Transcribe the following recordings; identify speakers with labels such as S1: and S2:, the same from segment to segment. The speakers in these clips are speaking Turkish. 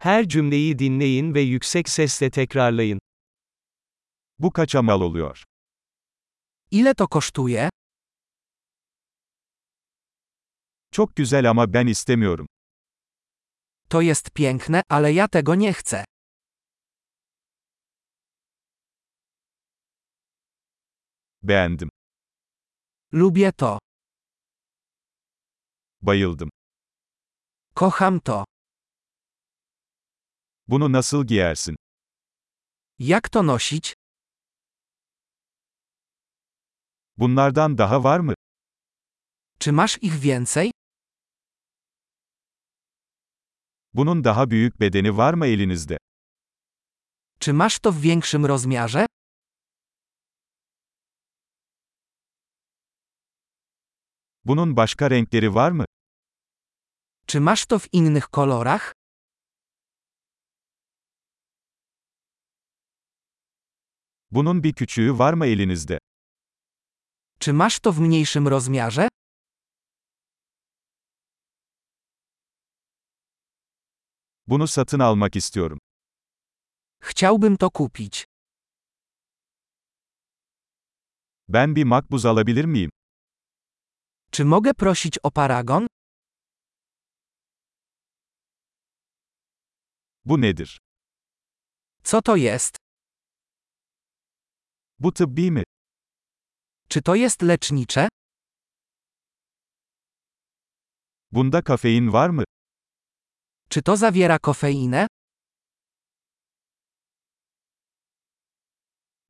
S1: Her cümleyi dinleyin ve yüksek sesle tekrarlayın.
S2: Bu kaça mal oluyor?
S3: Ile to kosztuje?
S2: Çok güzel ama ben istemiyorum.
S3: To jest piękne, ale ja tego nie chcę.
S2: Beğendim.
S3: Lubię to.
S2: Bayıldım.
S3: Kocham to.
S2: Bunu nasıl giyersin?
S3: Jak to nosić?
S2: Bunlardan daha var mı?
S3: Czy masz ich więcej?
S2: Bunun daha büyük bedeni var mı elinizde?
S3: Czy masz to w większym rozmiarze?
S2: Bunun başka renkleri var mı?
S3: Czy masz to w innych kolorach?
S2: Bunun bir küçüğü var mı elinizde?
S3: Czy masz to w mniejszym rozmiarze?
S2: Bunu satın almak istiyorum.
S3: Chciałbym to kupić.
S2: Ben bir makbuz alabilir miyim?
S3: Czy mogę prosić o paragon?
S2: Bu nedir?
S3: Co to jest?
S2: Bu tıbbi mi?
S3: Czy to jest lecznicze?
S2: Bunda kafein var mı?
S3: Czy to zawiera kofeinę?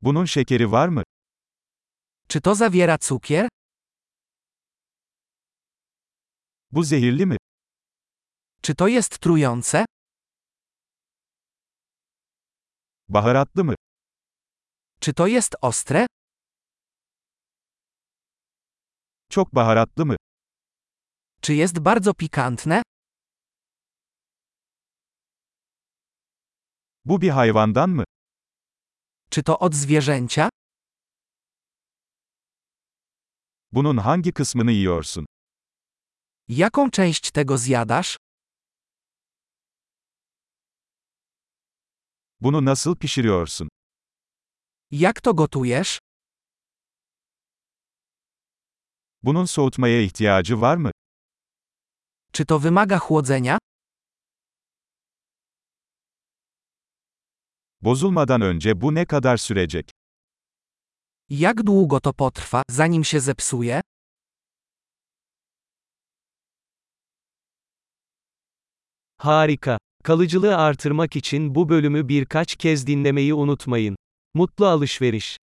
S2: Bunun şekeri var mı?
S3: Czy to zawiera cukier?
S2: Bu zehirli mi?
S3: Czy to jest trujące?
S2: Baharatlı mı?
S3: Czy to jest ostre?
S2: Çok baharatlı mı?
S3: Czy jest bardzo pikantne?
S2: Bu bir hayvandan mı?
S3: Czy to od zwierzęcia?
S2: Bunun hangi kısmını yiyorsun?
S3: Jaką część tego zjadasz?
S2: Bunu nasıl pişiriyorsun?
S3: Jak to gotujesz?
S2: Bunun soğutmaya ihtiyacı var mı?
S3: Czy to wymaga chłodzenia?
S2: Bozulmadan önce bu ne kadar sürecek?
S3: Jak długo to potrwa, zanim się zepsuje?
S1: Harika. Kalıcılığı artırmak için bu bölümü birkaç kez dinlemeyi unutmayın. Mutlu alışveriş.